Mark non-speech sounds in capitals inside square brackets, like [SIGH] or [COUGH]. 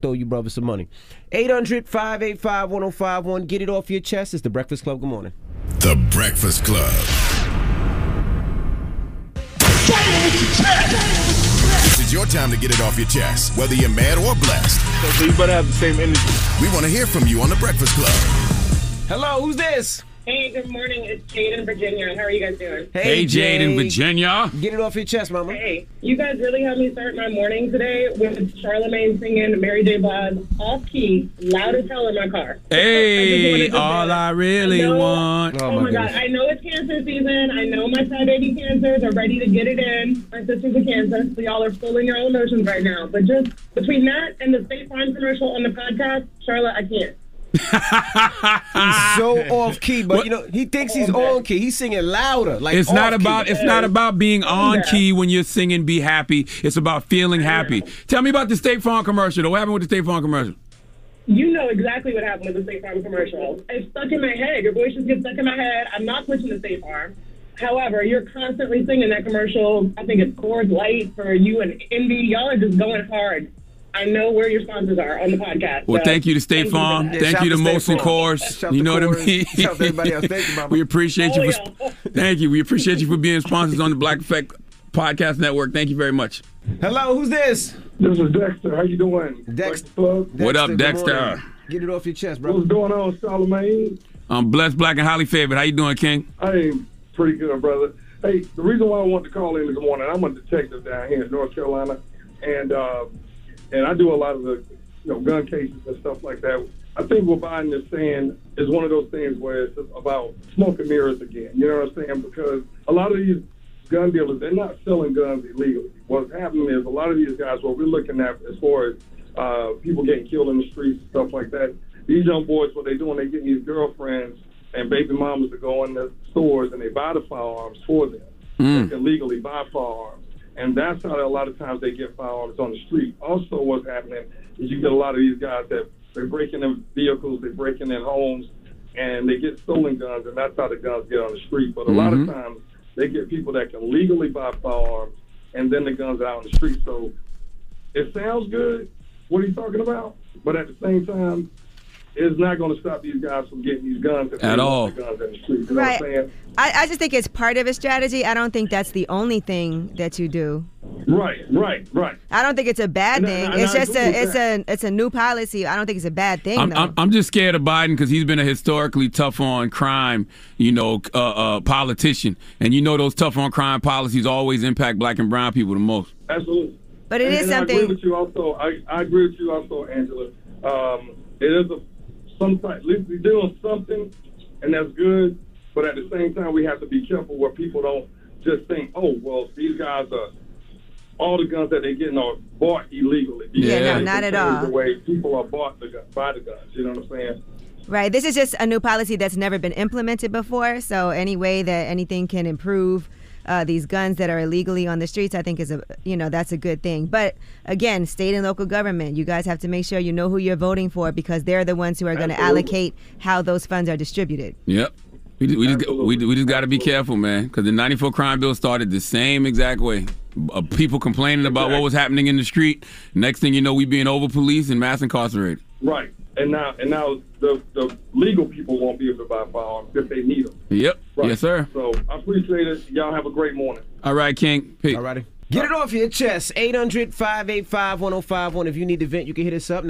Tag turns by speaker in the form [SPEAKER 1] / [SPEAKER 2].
[SPEAKER 1] throw you brother some money. 800-585-1051. Get it off your chest. It's The Breakfast Club. Good morning.
[SPEAKER 2] The Breakfast Club. This is your time to get it off your chest, whether you're mad or blessed.
[SPEAKER 3] So you better have the same energy.
[SPEAKER 2] We want to hear from you on The Breakfast Club.
[SPEAKER 1] Hello, who's this?
[SPEAKER 4] Hey, good morning. It's Jade in Virginia. How are you guys doing?
[SPEAKER 5] Hey, Jade in Virginia.
[SPEAKER 1] Get it off your chest, mama.
[SPEAKER 4] Hey, you guys really helped me start my morning today with Charlamagne singing Mary J. Blige off key, loud as hell in my car.
[SPEAKER 5] Hey,
[SPEAKER 4] I just wanted to
[SPEAKER 5] all
[SPEAKER 4] say-
[SPEAKER 5] I really
[SPEAKER 4] know-
[SPEAKER 5] want.
[SPEAKER 1] Oh,
[SPEAKER 4] Oh,
[SPEAKER 1] my
[SPEAKER 4] my,
[SPEAKER 1] goodness.
[SPEAKER 4] God. I know it's cancer season. I know my side baby cancers are ready to get it in. My sister's a cancer, so y'all are full in your own notions right now. But just between that and the State Farm commercial on the podcast, Charlotte, I can't.
[SPEAKER 1] So off key, but you know, he thinks he's on key. He's singing louder. Like
[SPEAKER 5] It's not
[SPEAKER 1] off-key.
[SPEAKER 5] about it's not about being on key when you're singing "Be Happy." It's about feeling happy. Tell me about the State Farm commercial. though. What happened with the State Farm commercial?
[SPEAKER 4] You know exactly what happened with the State Farm commercial. It's stuck in my head. Your voice just gets stuck in my head. I'm not switching to State Farm. However, you're constantly singing that commercial. I think it's Coors Light for you and Indy. Y'all are just going hard. I know where your sponsors are on the podcast.
[SPEAKER 5] Well,
[SPEAKER 4] so
[SPEAKER 5] thank you to State
[SPEAKER 4] thank you for
[SPEAKER 5] Farm.
[SPEAKER 4] that.
[SPEAKER 1] Yeah,
[SPEAKER 5] Thank
[SPEAKER 1] shout
[SPEAKER 5] you to
[SPEAKER 1] to State
[SPEAKER 5] Molson
[SPEAKER 1] Farm.
[SPEAKER 5] Coors.
[SPEAKER 1] Shout
[SPEAKER 5] You
[SPEAKER 1] to
[SPEAKER 5] know what I
[SPEAKER 1] Coors.
[SPEAKER 5] mean?
[SPEAKER 1] Shout to everybody else.
[SPEAKER 5] [LAUGHS]
[SPEAKER 1] Thank you, Mama.
[SPEAKER 5] We appreciate you.
[SPEAKER 4] Oh,
[SPEAKER 5] For,
[SPEAKER 4] yeah.
[SPEAKER 5] Thank you. We appreciate you for being sponsors on the Black Effect Podcast Network. Thank you very much.
[SPEAKER 1] Hello, who's this?
[SPEAKER 3] This is Dexter. How you doing?
[SPEAKER 1] Dexter.
[SPEAKER 3] Breakfast Club.
[SPEAKER 5] What up,
[SPEAKER 1] good
[SPEAKER 5] Dexter?
[SPEAKER 1] morning. Get it off your chest, brother.
[SPEAKER 3] What's going on, Charlamagne?
[SPEAKER 5] I'm Um, blessed, black, and highly favored. How you doing, King?
[SPEAKER 3] Hey, pretty good, brother. Hey, the reason why I wanted to call in this morning, I'm a detective down here in North Carolina, and uh, and I do a lot of the you know gun cases and stuff like that. I think what Biden is saying is one of those things where it's about smoke and mirrors again. You know what I'm saying? Because a lot of these gun dealers, they're not selling guns illegally. What's happening is a lot of these guys, what we're looking at as far as uh, people getting killed in the streets, stuff like that. These young boys, what they're doing, they're getting these girlfriends and baby mamas to go in the stores and they buy the firearms for them. They can legally buy firearms. And that's how a lot of times they get firearms on the street. Also, what's happening is you get a lot of these guys that they're breaking in vehicles, they're breaking in homes, and they get stolen guns, and that's how the guns get on the street. But a lot of times they get people that can legally buy firearms, and then the guns are out on the street. So it sounds good what he's talking about, but at the same time, it's not going to stop these guys from getting these guns if they
[SPEAKER 5] At
[SPEAKER 3] want
[SPEAKER 5] all.
[SPEAKER 3] The guns in the street, you know
[SPEAKER 6] Right.
[SPEAKER 3] what I'm saying?
[SPEAKER 6] I, I just think it's part of a strategy. I don't think that's the only thing that you do.
[SPEAKER 3] Right, right, right.
[SPEAKER 6] I don't think it's a bad
[SPEAKER 3] No,
[SPEAKER 6] thing.
[SPEAKER 3] no,
[SPEAKER 6] it's
[SPEAKER 3] no, I
[SPEAKER 6] just
[SPEAKER 3] agree
[SPEAKER 6] a
[SPEAKER 3] with
[SPEAKER 6] it's a it's a new policy. I don't think it's a bad thing
[SPEAKER 5] I'm,
[SPEAKER 6] though.
[SPEAKER 5] I'm, I'm just scared of Biden because he's been a historically tough on crime, you know, uh, uh, politician, and you know those tough on crime policies always impact black and brown people the most.
[SPEAKER 3] Absolutely.
[SPEAKER 6] But it
[SPEAKER 3] and,
[SPEAKER 6] is
[SPEAKER 3] and I
[SPEAKER 6] something-
[SPEAKER 3] agree with you also. I, I agree with you also, Angela. Um, it is a some type. We're doing something, and that's good. But at the same time, we have to be careful where people don't just think, "Oh, well, these guys are all the guns that they're getting are bought illegally."
[SPEAKER 5] Yeah, no,
[SPEAKER 3] Because
[SPEAKER 6] not at
[SPEAKER 3] that's
[SPEAKER 6] all.
[SPEAKER 3] The way people are bought the gun, by the guns. You know what I'm saying?
[SPEAKER 6] right. This is just a new policy that's never been implemented before. So any way that anything can improve uh, these guns that are illegally on the streets, I think is a you know that's a good thing. But again, state and local government, you guys have to make sure you know who you're voting for because they're the ones who are going to
[SPEAKER 3] Absolutely.
[SPEAKER 6] allocate how those funds are distributed.
[SPEAKER 5] Yep. We just, we just, we, we just got to be careful, man, because the 94 crime bill started the same exact way. Uh, people complaining about what was happening in the street. Next thing you know, we being over policed and mass incarcerated.
[SPEAKER 3] Right. And now, and now the the legal people won't be able to buy firearms if they need them.
[SPEAKER 5] Yep.
[SPEAKER 3] Right.
[SPEAKER 5] Yes, sir.
[SPEAKER 3] So I appreciate it. Y'all have a great morning.
[SPEAKER 5] All right, King. Peace.
[SPEAKER 1] oh Alrighty. Get it off your chest. 800-585-1051. If you need to vent, you can hit us up.